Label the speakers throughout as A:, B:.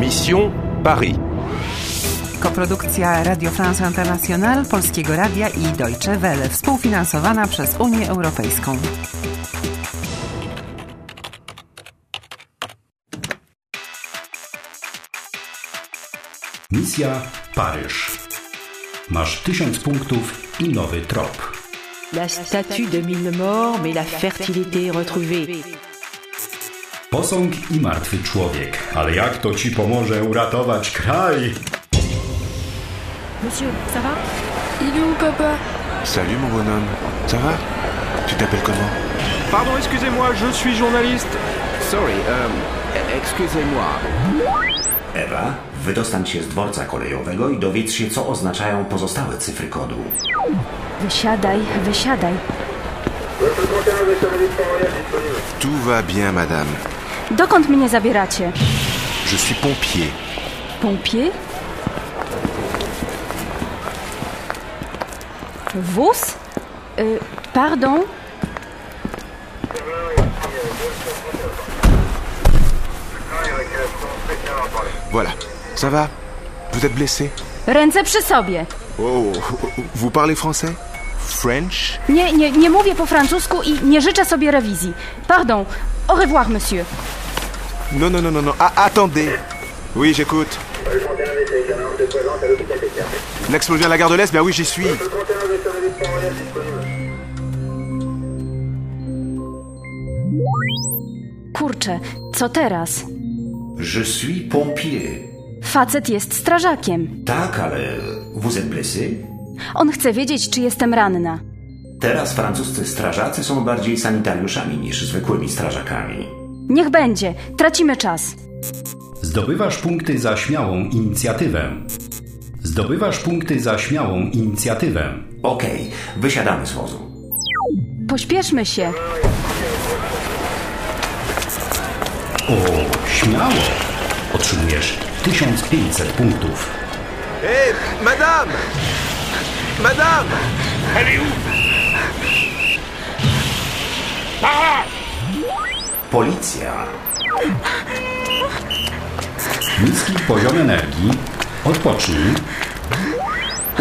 A: Mission Paris.
B: Koprodukcja Radio France International, Polskiego Radia i Deutsche Welle, współfinansowana przez Unię Europejską.
C: Misja Paryż. Masz tysiąc punktów i nowy trop.
D: La statue domine mort, mais la fertilité est retrouvée.
C: Posąg i martwy człowiek. Ale jak to ci pomoże uratować kraj?
E: Monsieur, ça va
F: Il est où, papa
G: Salut mon bonhomme, ça va Tu t'appelles comment
H: Pardon, excusez-moi, je suis journaliste.
I: Sorry, um, excusez-moi.
J: Ewa, wydostań się z dworca kolejowego i dowiedz się, co oznaczają pozostałe cyfry kodu.
E: Wysiadaj, wysiadaj.
G: Tout va bien madame.
E: Dokąd mnie zabieracie?
G: Je suis pompier.
E: Pompier? Wóz? Y, pardon?
G: Voilà, ça va Vous êtes blessé
E: Ręce przy sobie.
G: Oh, vous parlez français French
E: Nie, nie, nie mówię po francusku i nie życzę sobie rewizji. Pardon. Au revoir, monsieur.
G: Non, non, non, non, non. Ah, attendez. Oui, j'écoute. L'explosion à la gare de l'Est, ben oui, j'y suis.
E: Kurczę, co teraz?
J: Je suis pompier.
E: Facet jest strażakiem.
J: Tak, ale vous êtes blessé?
E: On chce wiedzieć, czy jestem ranna.
J: Teraz francuscy strażacy są bardziej sanitariuszami niż zwykłymi strażakami.
E: Niech będzie, tracimy czas.
C: Zdobywasz punkty za śmiałą inicjatywę. Zdobywasz punkty za śmiałą inicjatywę.
J: Okej, wysiadamy z wozu.
E: Pośpieszmy się.
C: O, śmiało! Otrzymujesz 1500 punktów.
G: Hé, madame Madame
J: Policja.
C: Niski poziom energii. Odpocznij.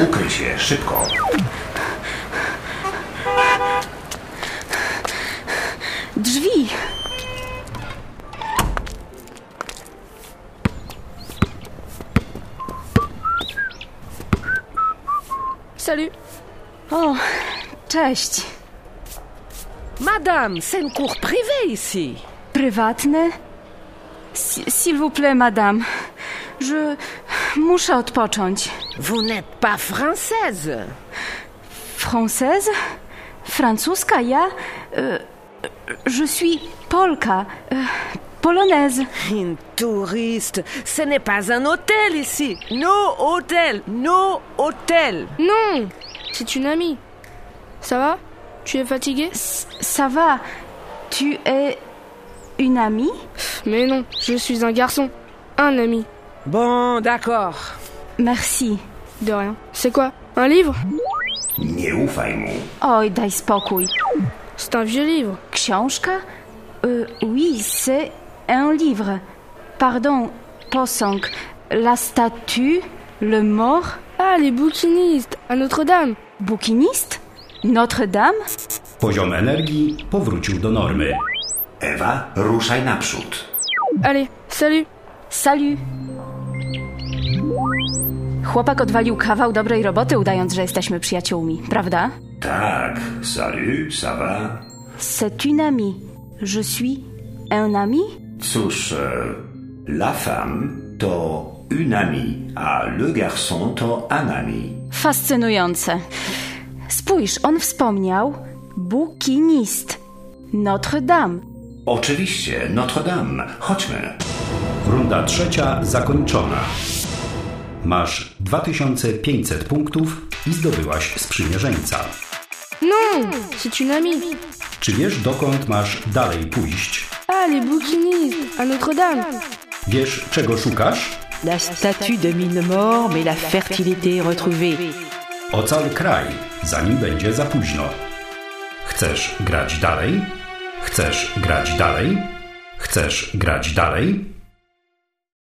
J: Ukryj się szybko.
E: Drzwi.
F: Salut
E: O, cześć.
D: Madame, c'est une cour privée ici.
E: Prywatne? S- S'il vous plaît, madame. Je muszę odpocząć.
D: Vous n'êtes pas française.
E: Française? Francuska? Ja? E, Je suis Polka. E, Polonaise.
D: Une touriste. Ce n'est pas un hôtel ici. No hôtel. No hôtel.
F: Non C'est une amie. Ça va Tu es fatigué
E: Ça va? Tu es une amie?
F: Mais non, je suis un garçon. Un ami.
D: Bon, d'accord.
E: Merci.
F: De rien. C'est quoi Un livre
J: Nie ufaj mu.
E: Oj, daj spokój.
F: C'est un vieux livre.
E: Książka? E, oui, c'est un livre. Pardon, posąg. La statue, le mort,
F: Ah, les bouquinistes À Notre-Dame
E: bouquiniste? Notre-Dame?
C: Poziom energii powrócił do normy.
J: Ewa, ruszaj naprzód.
F: Allez, salut
E: Salut! Chłopak odwalił kawał dobrej roboty, udając, że jesteśmy przyjaciółmi, prawda?
J: Tak, salut, ça va?
E: C'est une amie. Je suis un ami?
J: Cóż, e, la femme to une amie, a le garçon to un ami.
E: Fascynujące. Spójrz, on wspomniał bukinist. Notre Dame.
J: Oczywiście, Notre-Dame. Chodźmy.
C: Runda trzecia zakończona. Masz 2500 punktów i zdobyłaś sprzymierzeńca.
F: Non C'est une amie.
C: Czy wiesz dokąd masz dalej pójść?
F: Ah, les bouquinistes À Notre-Dame
C: Wiesz czego szukasz?
D: La statue domine mort, mais la fertilité est retrouvée.
C: Ocal kraj, zanim będzie za późno. Chcesz grać dalej? Chcesz grać dalej? Chcesz grać dalej?